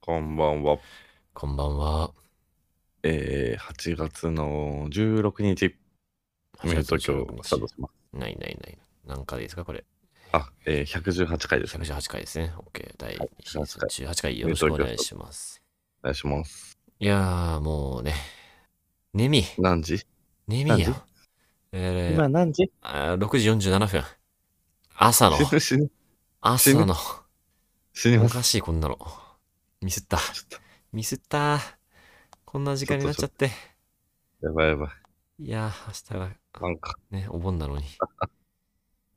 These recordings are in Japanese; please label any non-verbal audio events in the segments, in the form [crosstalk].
こんばんは。こんばんは。えー、8月の16日、ミュート今日スタートします。ないないない。何回ですか、これ。あ、えー、118回ですね。 118回ですね。OK。第はい118 18回よろしくお願いします。お願いします。いやー、もうね。眠い。何時眠い何よ時。えー今何時あー、6時47分。朝の、死ぬ死ぬ朝の。死にまおす。かしい、こんなの。ミスった。ちょっミスった。こんな時間になっちゃって。と、やばいやばい。いやー、明日がなんか、ね、お盆なのに。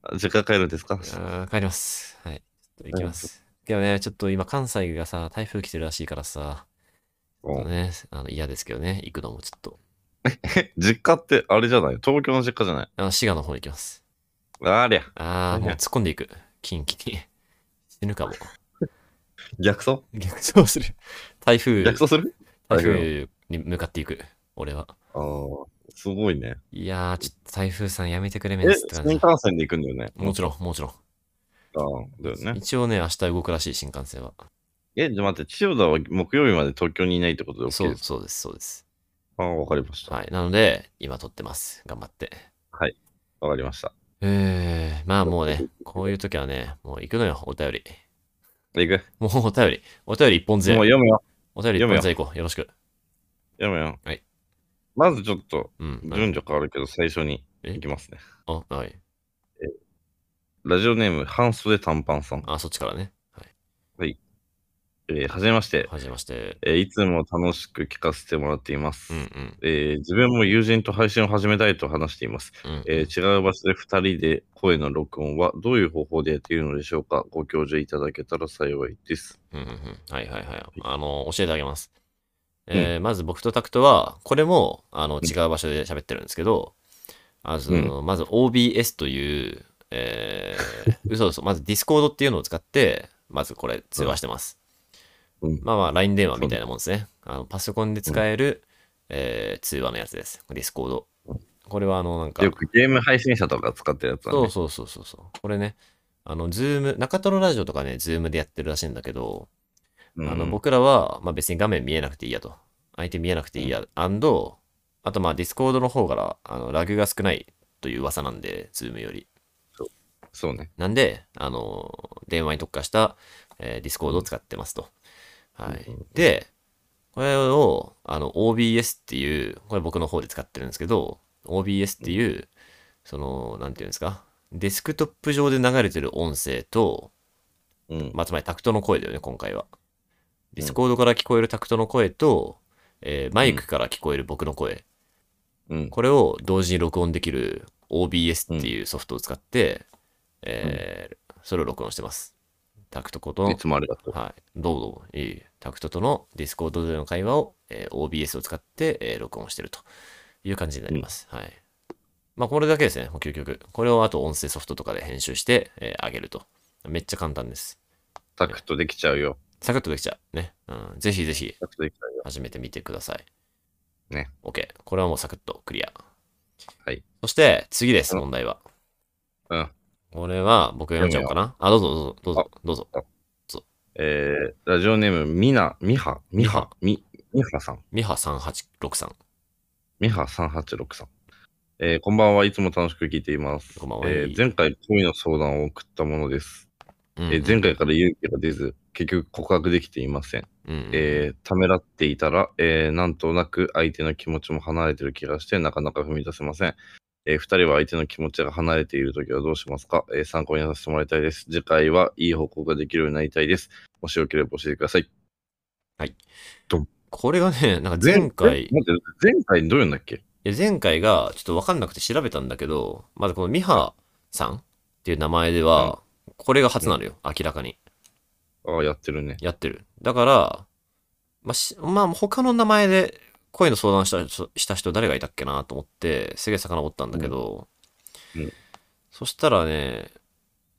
あ時間帰るんですかあー帰ります。はい。ちょっと行きます。けどね、ちょっと今、関西がさ、台風来てるらしいからさ、うちょっとんね、あの嫌ですけどね、行くのもちょっと。実家ってあれじゃない東京の実家じゃないあの滋賀の方に行きます。ありゃ、ああ、もう何や突っ込んでいく。近畿に。 [laughs] 死ぬかも。逆走逆走する。台風、逆走台する風に向かっていく。俺は。ああ、すごいね。いやー、ちょっと台風さんやめてくれえめんすって、新感じ幹。線で行くんだよね。もちろん、もちろん。ろん。ああ、だよね。一応ね、明日動くらしい、新幹線は。え、じゃあ待って、千代田は木曜日まで東京にいないってことで OK そうです。そうです、そうです。ああ、わかりました。はい。なので、今撮ってます。頑張って。わかりました。えー、まあもうね、こういう時はね、もう行くのよ、お便り。行くもうお便り、お便り一本勢もう。読むよ。お便り一読む本よ勢行こう。よろしく。読むよ。はい。まずちょっと、うん。順序変わるけど、最初にえ行きますね。あ、はい。ラジオネーム、半袖短パンさん。あ、そっちからね。はい。えー、はじめまして。はじめまして。えーいつも楽しく聞かせてもらっています。うんうん。えー自分も友人と配信を始めたいと話しています。うん、えー違う場所で2人で声の録音はどういう方法でやっているのでしょうかご教授いただけたら幸いです。うんうんうん。はいはいはい。あの、教えてあげます。えーまず僕とタクトは、これも、あの、ん違う場所で喋ってるんですけど、あのまず OBS という、え [laughs] ー、嘘嘘、まず Discord っていうのを使って、まずこれ通話してます。うんまあまあ、LINE 電話みたいなもんですね。あのパソコンで使える、えー通話のやつです。Discord うん。これは、あの、なんか、よくゲーム配信者とか使ってるやつだそうね。そうそうそうそう。これね、あの、ズーム、中トロラジオとかね、ズームでやってるらしいんだけど、うんあの僕らは、まあ、別に画面見えなくていいやと。相手見えなくていいや。and あとまあディスコードの方からあのラグが少ないという噂なんで、ズームより。そうね。なんで、あの、電話に特化した、えディスコードを使ってますと。はいうん。で、これを、あの、OBS っていう、これ僕の方で使ってるんですけど、OBS っていう、その、なんていうんですか、デスクトップ上で流れてる音声と、うん。まあ、つまりタクトの声だよね、今回は。んディスコードから聞こえるタクトの声と、えーマイクから聞こえる僕の声。うん。これを同時に録音できる OBS っていうソフトを使って、えーそれを録音してます。タクトこといつもありがとう。はい。どうぞ、いいタクトとのディスコードでの会話を、えー OBS を使って、えー録音してるという感じになります。はい。まあ、これだけですね、もう究極。これをあと音声ソフトとかで編集して、えー上げると。めっちゃ簡単です。タクトできちゃうよ。サクッとできちゃう。ね。うん。ぜひぜひタクトできちゃうよ。始めてみてください。ね。 OK。これはもうサクッとクリア。はい。そして、次です、うん問題は。うん。これは僕読んじゃおうかな。あ、どうぞ、どうぞ、どうぞ、どうぞ。えー、ラジオネーム、みな、みは、みは、み、みはさん。ミハ3863。みは3863さん。えー、こんばんはいつも楽しく聞いています。こんばんはえー、前回恋の相談を送ったものです。うんえー、前回から勇気が出ず、結局告白できていません。うんうんえー、ためらっていたら、えー、なんとなく相手の気持ちも離れてる気がして、なかなか踏み出せません。えー、二人は相手の気持ちが離れているときはどうしますか、えー、参考にさせてもらいたいです。次回はいい報告ができるようになりたいです。もしよければ教えてください。これがね、なんか前回、いえ待って前回どういうんだっけや前回がちょっとわかんなくて調べたんだけど、まずこのミハさんっていう名前では、これが初なのよ、明らかに。ああ、やってるね。やってる。だから、まあ、しまあ、他の名前で恋の相談した人した人誰がいたっけなと思って、すげえ遡ったんだけど、うんうんそしたらね、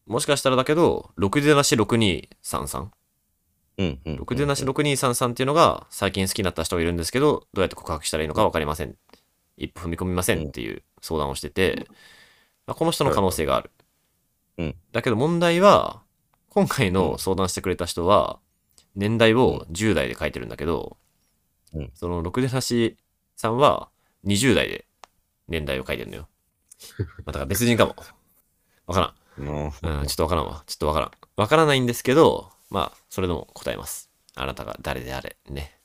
もしかしたらだけど、6でなし6233。うんうん、うん。 6でなし6233っていうのが、最近好きになった人がいるんですけど、どうやって告白したらいいのか分かりません。一歩踏み込みませんっていう相談をしてて、まあ、この人の可能性がある。うんだけど問題は、今回の相談してくれた人は、年代を10代で書いてるんだけど、うんその6で差しさんは20代で年代を書いて [laughs] るのよ。まあだから別人かも。わかのらん。うん、ちょっとわからんわ。ちょっとわからん。わからないんですけど、まあ、それでも答えます。あなたが誰であれ。ね。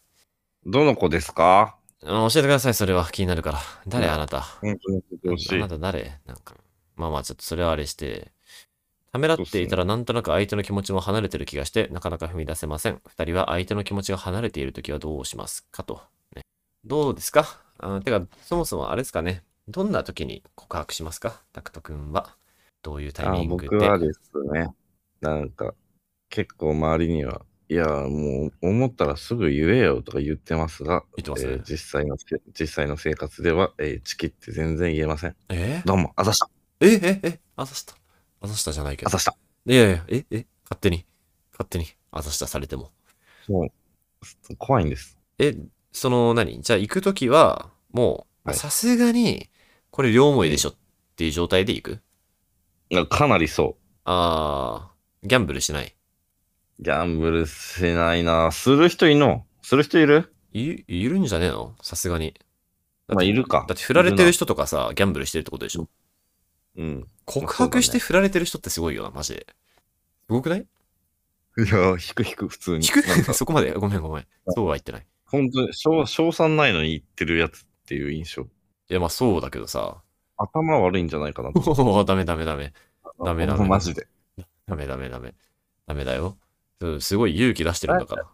どの子ですかあの教えてください、それは。気になるから。誰、うんあなた。本当に教えてほしあいな。た誰なんか。まあまあ、ちょっとそれはあれして、ためらっていたらなんとなく相手の気持ちも離れてる気がして、なかなか踏み出せません。二人は相手の気持ちが離れているときはどうしますかと、ねどうですかあてか、そもそもあれですかね。どんな時に告白しますかタクト君は。どういうタイあミング僕で。はですね、なんか、結構周りには、いや、もう思ったらすぐ言えよとか言ってますが、言ってますえー実際のせ実際の生活では、えーチキって全然言えません。えどうも、あざした、ええええあざした。あざしたじゃないけあどざ。した。いやいや、ええ勝手に。勝手に。あざしたされても。もう、怖いんです。え、その何じゃあ行くときは、もう、はいさすがに、これ両思いでしょっていう状態で行く、かなりそ。あー、ギャンブルしないうギャンブルしないな。する人いんのする人いるいいるんじゃねえのさすがに。だってまあ、いるか。だって振られてる人。人とかさ、ギャンブルしてるってことでしょうん。告白して振られてる人ってすごいよな、マジで。すごくないいや、引く引く、普通に。聞く [laughs] なんかそこまでごめんごめん。そうは言ってない。本当に、賞賞賛ないのに言ってるやつっていう印象。いや、まあそうだけどさ。 [laughs] 頭悪いんじゃないかなと。おーダメダメダメ。ダメダ [laughs] メマジで。ダメダメダメ。ダメだよ。そうすごい勇気出してるんだから。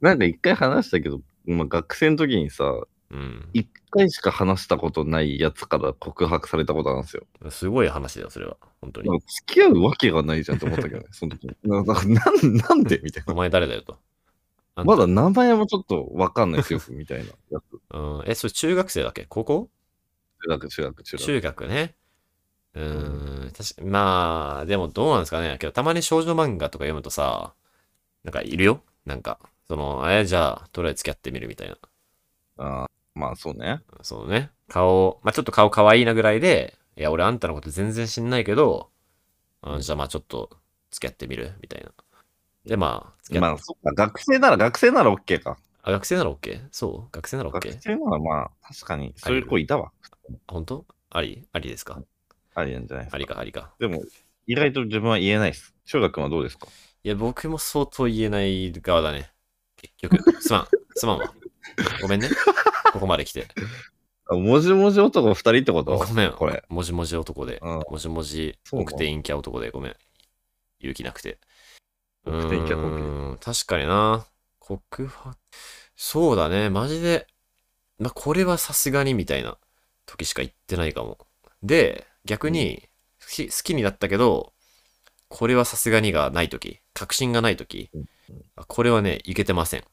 なんか一回話したけど、まあ、学生の時にさ、うん。一回しか話したことないやつから告白されたことあるんですよ。すごい話だよ、それは。本当に。なんか付き合うわけがないじゃんと思った [laughs] けどね、その時に。なんかなんなんでみたいおな。前誰だよと。あんたまだ名前もちょっとわかんないですよ、みたいなやつ。うん、え、それ中学生だっけ高校中学、中学、中学。中学ね。うーん、確かまあ、でもどうなんですかね。けど、たまに少女漫画とか読むとさ、なんかいるよ。なんか、その、え、じゃあ、とりあえず付き合ってみるみたいな。あーまあそうね。そうね。顔、まあちょっと顔可愛いなぐらいで、いや、俺あんたのこと全然知んないけど、あじゃあまあちょっと付き合ってみるみたいな。で、まあ、付き合っまあそっか、学生なら学生なら OK か。あ、学生なら OK? そう学生なら OK? 学生ならまあ確かにそういう子いたわ。本当ありありですかありなんじゃないですあか。りか、ありか。でも意外と自分は言えないです。中学はどうですかいや、僕も相当言えない側だね。結局。すまん。すまんわ。ごめんね。ここまで来て。あもじもじ男二人ってこごとめん。これ。もじもじ男で。うんもじもじ、そうなの奥手陰キャ男で。ごめん。勇気なくて。奥手陰キャ男うーん確かにな。告白。そうだね。マジで。まあ、これはさすがにみたいな時しか言ってないかも。で、逆に、ひ好きになったけど、これはさすがにがない時。確信がない時うん。あこれはね、いけてません。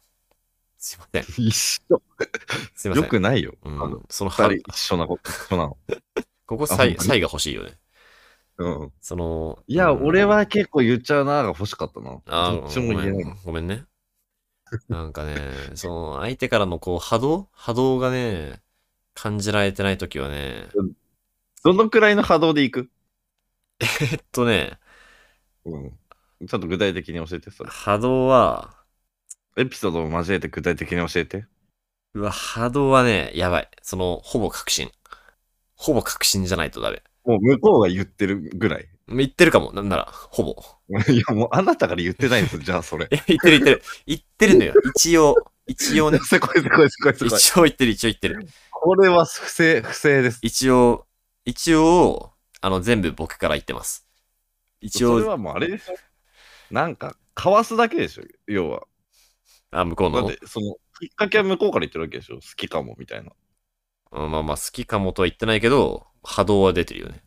すいません。一 [laughs] 緒。すいませよん。くないよ。うあのん、その二は人、一緒なこと、一緒なの。ここあサほんイ、まにサイが欲しいよね。うん。その、いや、うん俺、は結構言っちゃうなーが欲しかったな。あどっちも言えない。ごめんごめんね。なんかね、 [laughs] その、相手からのこう、波動波動がね、感じられてないときはね、どのくらいの波動でいくえっとね、うん。ちょっと具体的に教えて、それ。波動は、エピソードを交えて具体的に教えて。うわ、波動はね、やばい。その、ほぼ確信。ほぼ確信じゃないとダメ。もう向こうが言ってるぐらい。 [laughs] 言ってるかも、なんなら、ほぼ。いや、もうあなたから言ってないんですよ、じゃあそれ。 [laughs] え言ってる言ってる。言ってるのよ。一応、一応ね。すごいすごいすごい [laughs] すごい。一応言ってる、一応言ってる。これは不正、不正です。一応、一応、あの、全部僕から言ってます。一それ応、はもうあれでしょなんか、かわすだけでしょ、要は。あ、向こうだっの。て、その、きっかけは向こうから言ってるわけでしょ。好きかも、みたいな。うんまあまあ、好きかもとは言ってないけど、波動は出てるよね。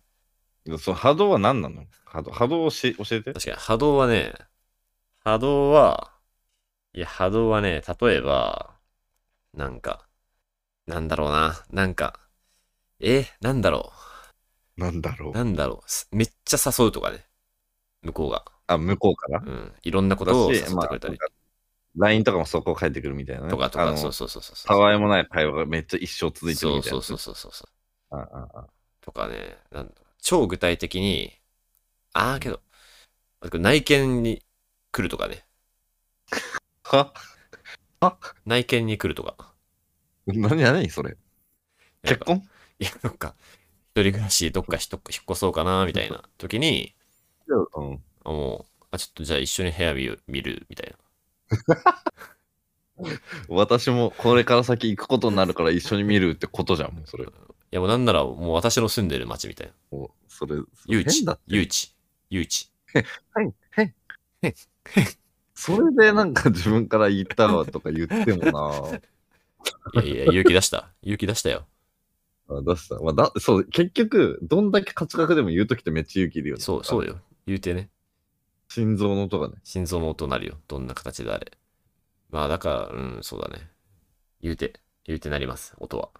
その波動は何なの波動波動をし教えて。確かに、波動はね、波動は、いや、波動はね、例えば、なんか、なんだろうな、なんか、え、なんだろなんだろう、う。なんだろう、すめっちゃ誘うとかね、向こうが。あ、向こうからうん、いろんなことを誘だっしてまあくれたり、 LINE とかもそこ返ってくるみたいなね。とかとあか、のそうそうそうそうそう。たわいもない会話がめっちゃ一生続いてるそみうたいなそやうつ。そうそうそうそう。ああああとかね、なんだ超具体的に、ああけど、内見に来るとかね。は内見に来るとか。何やねん、それ。なん結か婚いや、どっか、一人暮らし、どっかひと引っ越そうかな、みたいな時に、うん。あもう、あ、ちょっとじゃあ一緒に部屋見る、見るみたいな。私もこれから先行くことになるから一緒に見るってことじゃん、もうそれい。や、もうなんなら、もう私の住んでる町みたいな。もうそれ、誘変だ致っ、て誘致、誘致。はい、はい、はい。それでなんか自分から言ったわとか言っても [laughs] [laughs] いやいや、勇気出した。勇気出したよ。なあ出した。まあ、だそう、結局、どんだけ価値格でも言うときってめっちゃ勇気いるよね。そう、そうよ。よ。言うてね。心臓の音がね。心臓の音なるよ。どんな形であれ。まあ、だから、うん、そうだね。言うて、言うてなります、音は。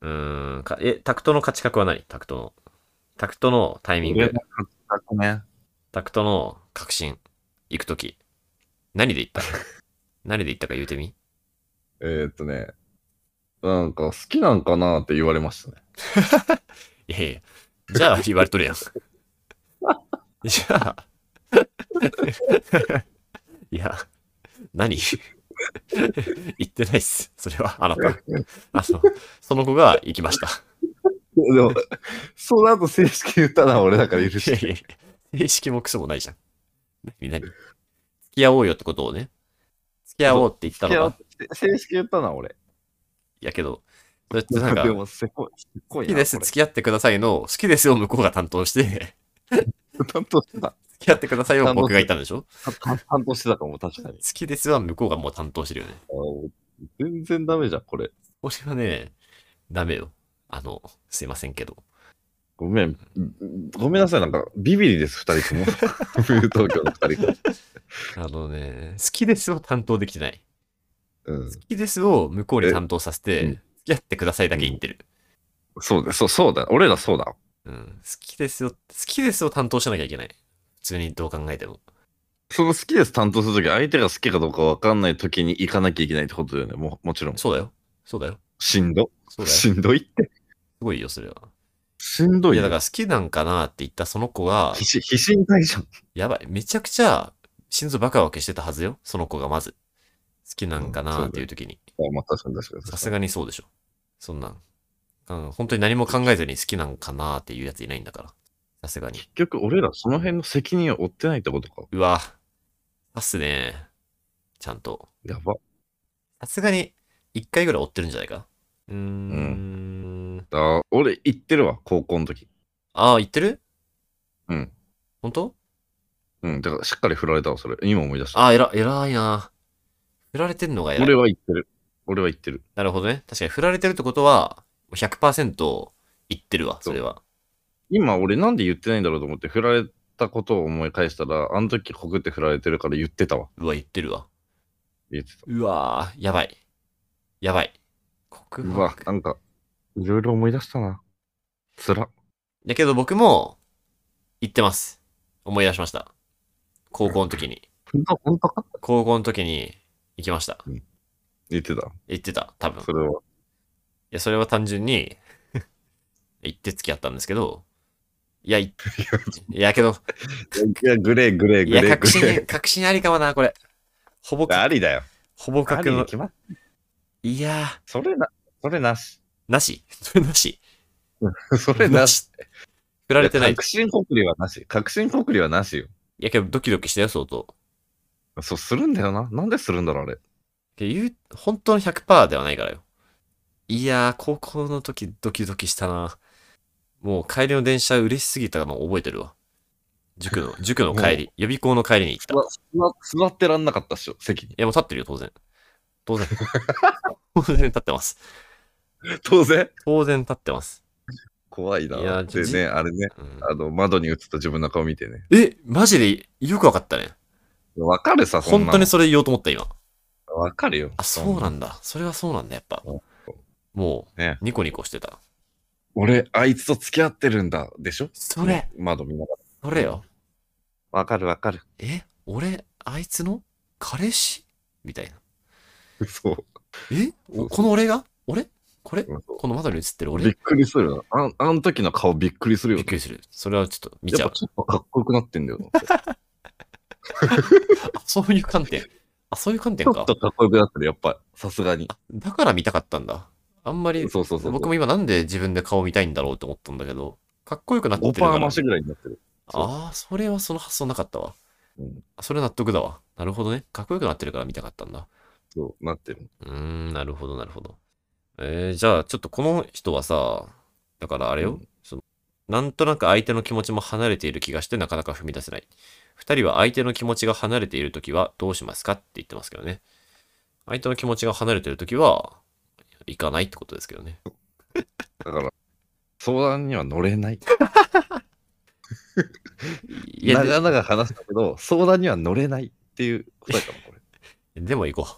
うーん、かえ、タクトの価値格は何タクトの。タクトのタイミング俺。の価値格ね。タクトの確信、行くとき。何で行った [laughs] 何で行ったか言うてみえー、っとね、なんか好きなんかなって言われましたね。いやいや。じゃあ、言われとるやん。 [laughs] じゃあ。 [laughs] いや、何 [laughs] 言ってないっす。それは、あなた。あの、その子が行きました。でも、 [laughs] その後正式に言ったのは俺だから許いやいやして。いや形式もクソもないじゃん。何何付き合おうよってことをね。付き合おうって言ったのが、正式に言ったのは俺。いやけど、それってなんかで、も、せこい。せこ好いきなです、これ付き合ってくださいの、好きですよ、向こうが担当して、 [laughs] 担当してた。付き合ってくださいを僕が言ったんでしょ担担当してたかも、確かに好。きですは向こうがもう担当してるよね。あー全然ダメじゃん、これ。これはね、ダメよ。あの、すいませんけど。ごめん。ごめんなさい、なんか、ビビリです、二 [laughs] 人とも。冬東京の二人とも。あのね、好きですを担当できてない。うん好。きですを向こうに担当させて、えうん付き合ってくださいだけ言ってる。そうだ、そう、そうだ。俺らそうだ。うん、好きですよ、好きですを担当しなきゃいけない。普通にどう考えても。その好きです担当するとき、相手が好きかどうか分かんないときに行かなきゃいけないってことだよね。もうもちろん。そうだよ。そうだよ。しんど。そうだよ。すしんどいって。ごいよ、それは。しんどいいや、よ。だから好きなんかなって言ったその子が、必死、必死に対じゃん。やばい。めちゃくちゃ心臓バカバカしてたはずよ。その子がまず。好きなんかなーっていう時に。あまあ、確かに確かに。さすがにそうでしょ。そんなん。うん、本当に何も考えずに好きなんかなーっていうやついないんだから。さすがに。結局、俺らその辺の責任を負ってないってことか。うわ。さすねちゃんと。やば。さすがに、一回ぐらい追ってるんじゃないかうーん。ん、だ俺、行ってるわ、高校の時。ああ、言ってるうん。本当うん。だから、しっかり振られたわ、それ。今思い出した。ああ、偉、偉いな振られてんのが偉い。俺は行ってる。俺は行ってる。なるほどね。確かに振られてるってことは、100%言ってるわ、それは。今俺なんで言ってないんだろうと思って振られたことを思い返したらあの時告って振られてるから言ってたわうわ、言ってるわ。言ってたうわーやばい。やばい。告うわ白。なんかいろいろ思い出したなつらだけど僕も、言ってます。思い出しました。高校の時に。本当本当か高校の時に行きました。言ってた行ってた、多分。いそれはや、それは単純に、 [laughs] 行って付き合ったんですけど、いや、いいやけど、いやグレーグレーいグレや、ー確グレ信、確信ありかもな、これ。ほぼーか、ありだよほぼあ確りにの。決まっいやー、それなそれなし [laughs] なし。 [laughs] それなし。それなしし。振られてない。い確信告りはなし確信告りはなしよやけどドキドキしたよ、相当。そうするんだよななんでするんだろうあれけど言う、本当の100%ではないからよ。いやー、高校の時ドキドキしたな。もう帰りの電車嬉しすぎたのを覚えてるわ。塾 [laughs] の、塾の帰り、予備校の帰りに行った。い座座ってらんなかったっしょ席にや、もう立ってるよ、当然。[laughs] 当然。当然立ってます。当然当然立ってます。怖いないやってじねあれねうんあの窓に映った自分の顔見てねえ、マジでよくわかったね。わかるさ、そんな本の当にそれ言おうと思った、今。わかるよ。あ、そうなんだ。それはそうなんだ、やっぱそう。もう、ねニコニコしてた。俺、あいつと付き合ってるんだ、でしょそれ、窓見ながそれよ。ら。わかるわかる。え、俺、あいつの彼氏みたいな。そう。えそうそおうこの俺が俺これそうこの窓に映ってるびっ俺くりするよな。あんあの時の顔びっくりするよびっな。くりする。それはちょっと見ちやゃっぱう。ちょっとかっこよくなってんだよな。あそういう観点。あ、そういう観ち点ょっかと。かっこよくなってる、やっぱ。さすがに。だから見たかったんだ。あんまり、そうそうそう。僕も今なんで自分で顔見たいんだろうと思ったんだけど、かっこよくなってる5%から。増しぐらいになってる。そうああ、それはその発想なかったわ。うんそれ納得だわ。なるほどね。かっこよくなってるから見たかったんだ。そう、なってる。うーん、なるほど、なるほど。えー、じゃあ、ちょっとこの人はさ、だからあれうよ、んそのなんとなく相手の気持ちも離れている気がしてなかなか踏み出せない。二人は相手の気持ちが離れているときはどうしますかって言ってますけどね。相手の気持ちが離れているときは、行かないってことですけどね。だから、相談には乗れない。いや、長で々話したけど、相談には乗れないっていう答えかも、これ。でも行こ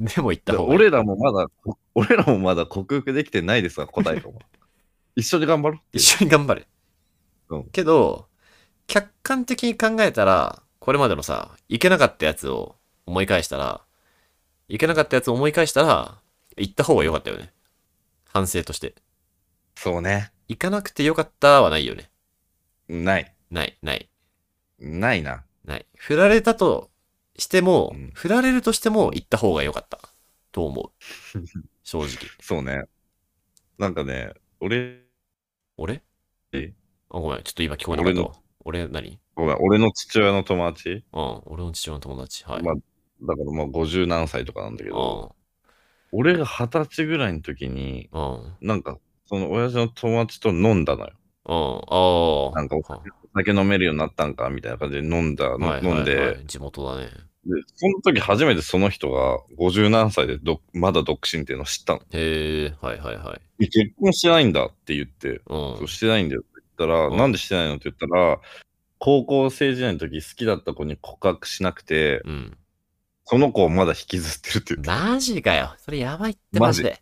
う。でも行っただか方らがいい。俺らもまだ、 [laughs] こ俺らもまだ克服できてないですが、答え [laughs] かも。一緒に頑張ろうってい一う。緒に頑張れ。うんけど、客観的に考えたら、これまでのさ、いけなかったやつを思い返したら、いけなかったやつを思い返したら、行った方が良かったよね。反省として。そうね。行かなくて良かったはないよね。ない。ない、ない、ないな。ない。振られたとしても、うん振られるとしても行った方が良かった。[laughs] と思う。正直。そうね。なんかね、俺、俺えあ、ごめん。ちょっと今聞こえなかったわ。俺何ごめん、俺の父親の友達、うん。俺の父親の友達。はい。まあ、だからまあ50何歳とかなんだけど、う俺が二十歳ぐらいの時に、ん。うん。なんか、その親父の友達と飲んだのよ。うん、ああ。なんかおは酒飲めるようになったんかみたいな感じで飲んだ、のはい飲んで、はいはい地元だね。で、その時初めてその人が50何歳でどまだ独身っていうのを知ったの。へえ、はいはいはい。え結婚してないんだって言って、うん。そうしてないんだよって言ったら、うんなんでしてないのって言ったら、高校生時代の時好きだった子に告白しなくて、うん。その子をまだ引きずってるって言って、マジかよ。それやばいってママジジで。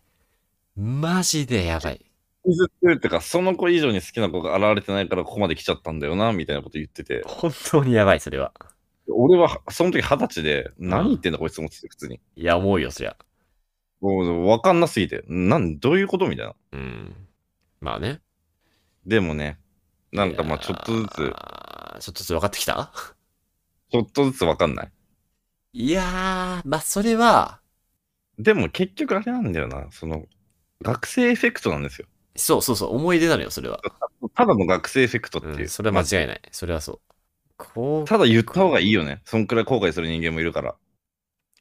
マジでやばい。引きずってるってか、その子以上に好きな子が現れてないからここまで来ちゃったんだよな、みたいなこと言ってて、本当にやばい、それは。俺はその時二十歳で、何言ってんだこいつ思ってて、普通に。いや、思うよ、そりゃ。もうわかんなすぎて、なん、どういうことみたいな。うん。まあね。でもね、なんかまあちょっとずいやつ、ーちょっとずつ分かってきたちょっとずつわかんない。いやー、まあそれは、でも結局あれなんだよな、その、学生エフェクトなんですよ。そうそうそう、思い出なのよ、それは。ただの学生エフェクトっていう。うん、それはま間違いない。それはそう。こあう。ただ言った方がいいよね。そんくらい後悔する人間もいるから。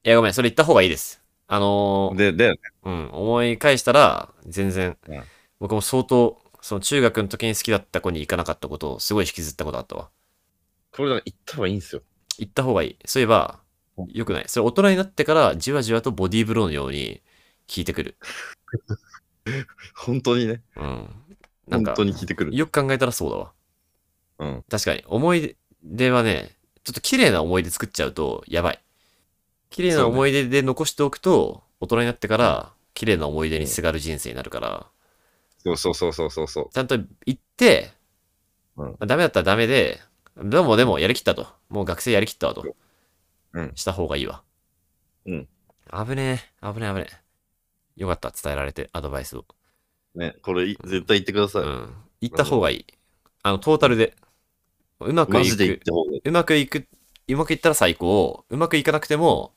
いや、ごめん、それ言った方がいいです。あのー、で、で、うん、思い返したら、全然、うん僕も相当、その中学の時に好きだった子に行かなかったことを、すごい引きずったことあったわ。これだから言った方がいいんですよ。行った方がいい。そういえばうん、よくない。それ大人になってから、じわじわとボディーブローのように効いてくる。本当にね。うん。な本んか当、に聞いてくる。よく考えたらそうだわ。うん。確かに、思い出はね、ちょっと綺麗な思い出作っちゃうと、やばい。綺麗な思い出で残しておくと、大人になってから、綺麗な思い出にすがる人生になるから、そうそうそうそうそうそう。ちゃんと行って、うんまあダメだったらダメで、でもでもやりきったと。もう学生やりきったわと。うんした方がいいわ。うん。危ねえ、危ねえ、危ねえ。よかった、伝えられて、アドバイスを。ね、これい絶対言ってくださうい。ん。行った方がいい。あの、トータルで。うまくマいジで言っく。た方がいい。うまくいく。うまくいったら最高。うまくいかなくても、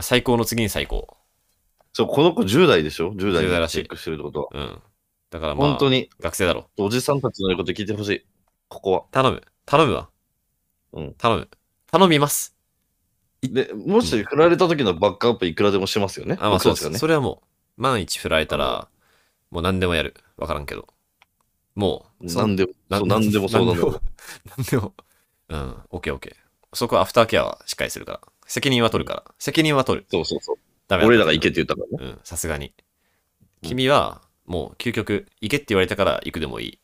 最高の次に最高。そう、この子10代でしょ ?10 代10代らでしいチェックしてるってことは。うん。だからま本あ、当に、学生だろ。おじさんたちの言うこと聞いてほしい。ここは。頼む。頼むわ。うん頼む。頼みます。で、もし振られた時のバックアップいくらでもしますよね。あ、まあそう僕たですちがね。それはもう、万一振られたら、もう何でもやる。わからんけど。もう、そ何でも、そう何でもそうなのよ。。何でも。うん、オッケーオッケー。そこはアフターケアはしっかりするから。責任は取るから。責任は取る。そうそうそう。ダメだ俺らが行けって言ったからね。うん、さすがに。うん君は、もう、究極、行けって言われたから行くでもいい。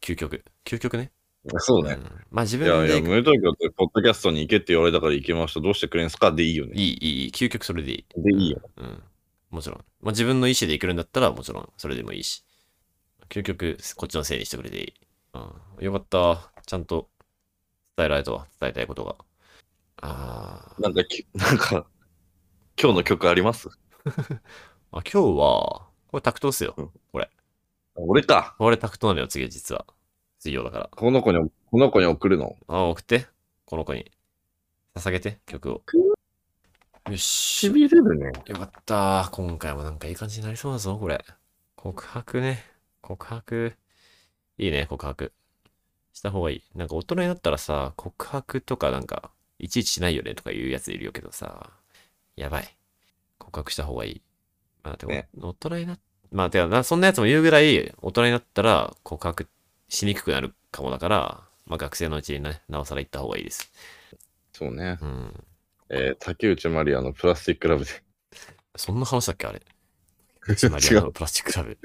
究極。究極ね。そうねん。まあ自い分で行やくいや、無料だって、ポッドキャストに行けって言われたから行けました。どうしてくれんすかでいいよね。いい、いい、いい。究極それでいい。でいいよ。うん。もちろん。まあ、自分の意思でいけるんだったら、もちろん、それでもいいし。究極、こっちのせいにしてくれていい。うん。よかった。ちゃんと伝えられたわ。伝えたいことが。あーなんかき、 [laughs] なんか、今日の曲ありますあ。今日は、これタクトっすよ。俺か。これタクトなのよ、次、実は。水曜だから。この子に、この子に送るの。あ、送って。この子に。捧げて、曲を。よし。しびれるね。よかった。今回もなんかいい感じになりそうだぞ、これ。告白ね。告白。いいね、告白。した方がいい。なんか大人になったらさ、告白とかなんか、いちいちしないよねとか言うやついるよけどさ、やばい。告白した方がいい。まあ、でも、ね大人になっ、まあ、てかな、そんなやつも言うぐらい、大人になったら告白しにくくなるかもだから、まあ、学生のうちにね、なおさら行った方がいいです。そうね。うん。えー竹内まりやのプラスティックラブで。 [laughs] そんな話だっけあれ。マリ違アう。のプラスチックラブ。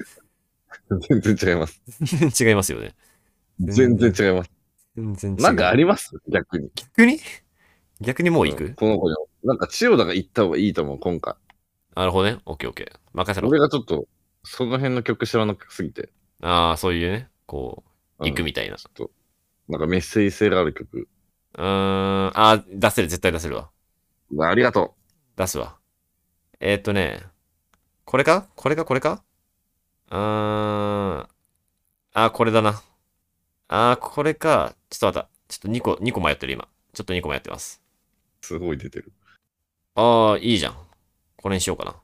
全然違います。全 [laughs] 然違いますよね。全然違います。全然違う。なんかあります逆に。逆に逆にもう行く、うんこの子に。なんか千代田が行った方がいいと思う、今回。なるほどね。オッケーオッケー。任せろ俺。がちょっと、その辺の曲知らなくすぎて。ああ、そういうね、こう、うん行くみたいな。ちょっと、なんかメッセージ性がある曲。うーん、あー出せる、絶対出せるわ。うわありがと出すわ。えー、っとね、これかこれかこれかうーん、あー、これだな。あー、これか。ちょっと待った。ちょっと2個、2個迷ってる今。ちょっと2個迷ってます。う。すごい出てる。ああ、いいじゃん。これにしようかな。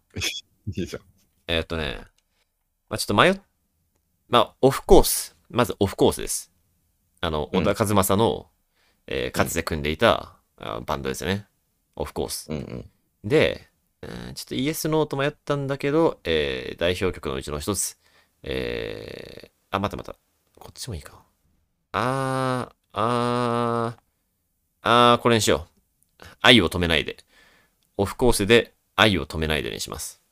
いいじゃん。えーっとね、まあ、ちょっと迷っ、まあ、オフコース。まずオフコースです。あの、う小ん田和正の、えーかつて組んでいた、あバンドですよね。オフコース。うんうん。で、うんちょっとイエスノーと迷ったんだけど、えー代表曲のうちの一つ、えーあ、待った待った。こっちもいいか。あー、あー、あー、これにしよう。愛を止めないで。オフコースで愛を止めないでにします。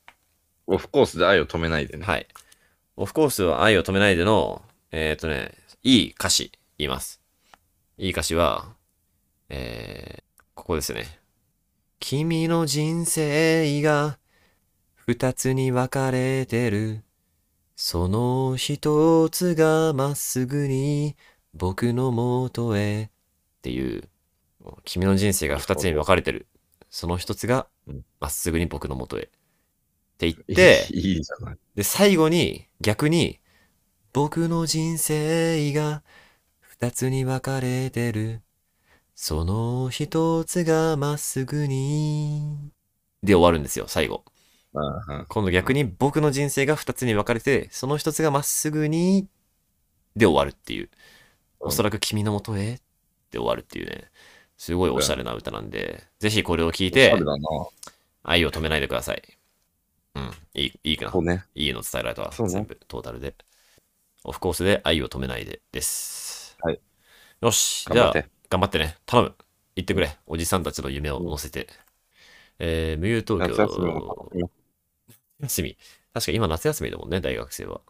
オフコースで愛を止めないでね。はい。オフコースは愛を止めないでの、えっ、とね、いい歌詞言います。いい歌詞は、えー、ここですね。君の人生が二つに分かれてる。その一つがまっすぐに僕の元へっていう、君の人生が二つに分かれてる。その一つがまっすぐに僕の元へ。って言って、いいいいじゃない。で、最後に、逆に、僕の人生が二つに分かれてる。その一つがまっすぐに。で終わるんですよ、最後。うんうん今度逆に僕の人生が二つに分かれて、その一つがまっすぐに。で終わるっていう。うんおそらく君のもとへ。で終わるっていうね。すごいおしゃれな歌なんで、ぜひこれを聞いておしゃれ、だな。愛を止めないでください。うん、いい、いいかなそ。うね。いいの伝えられたわ。そうね全部、トータルで。オフコースで愛を止めないでです。はい。よし、じ頑ゃ張っあ、て。頑張ってね。頼む。行ってくれ。おじさんたちの夢を乗せて。えー、無憂東夏京。休みも楽しみ休み。確か今夏休みだもんね、大学生は。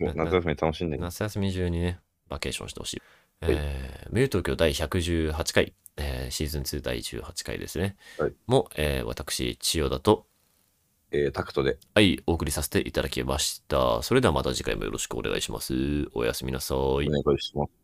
もう夏休み楽しんでね。夏休み中にね、バケーションしてほしい。はいえー、無憂東京第118回、えーシーズン2第18回ですね。はいも、えー私、千代田と、えー、タクトで。はい、お送りさせていただきました。それではまた次回もよろしくお願いします。おやすみなさいお。願いします。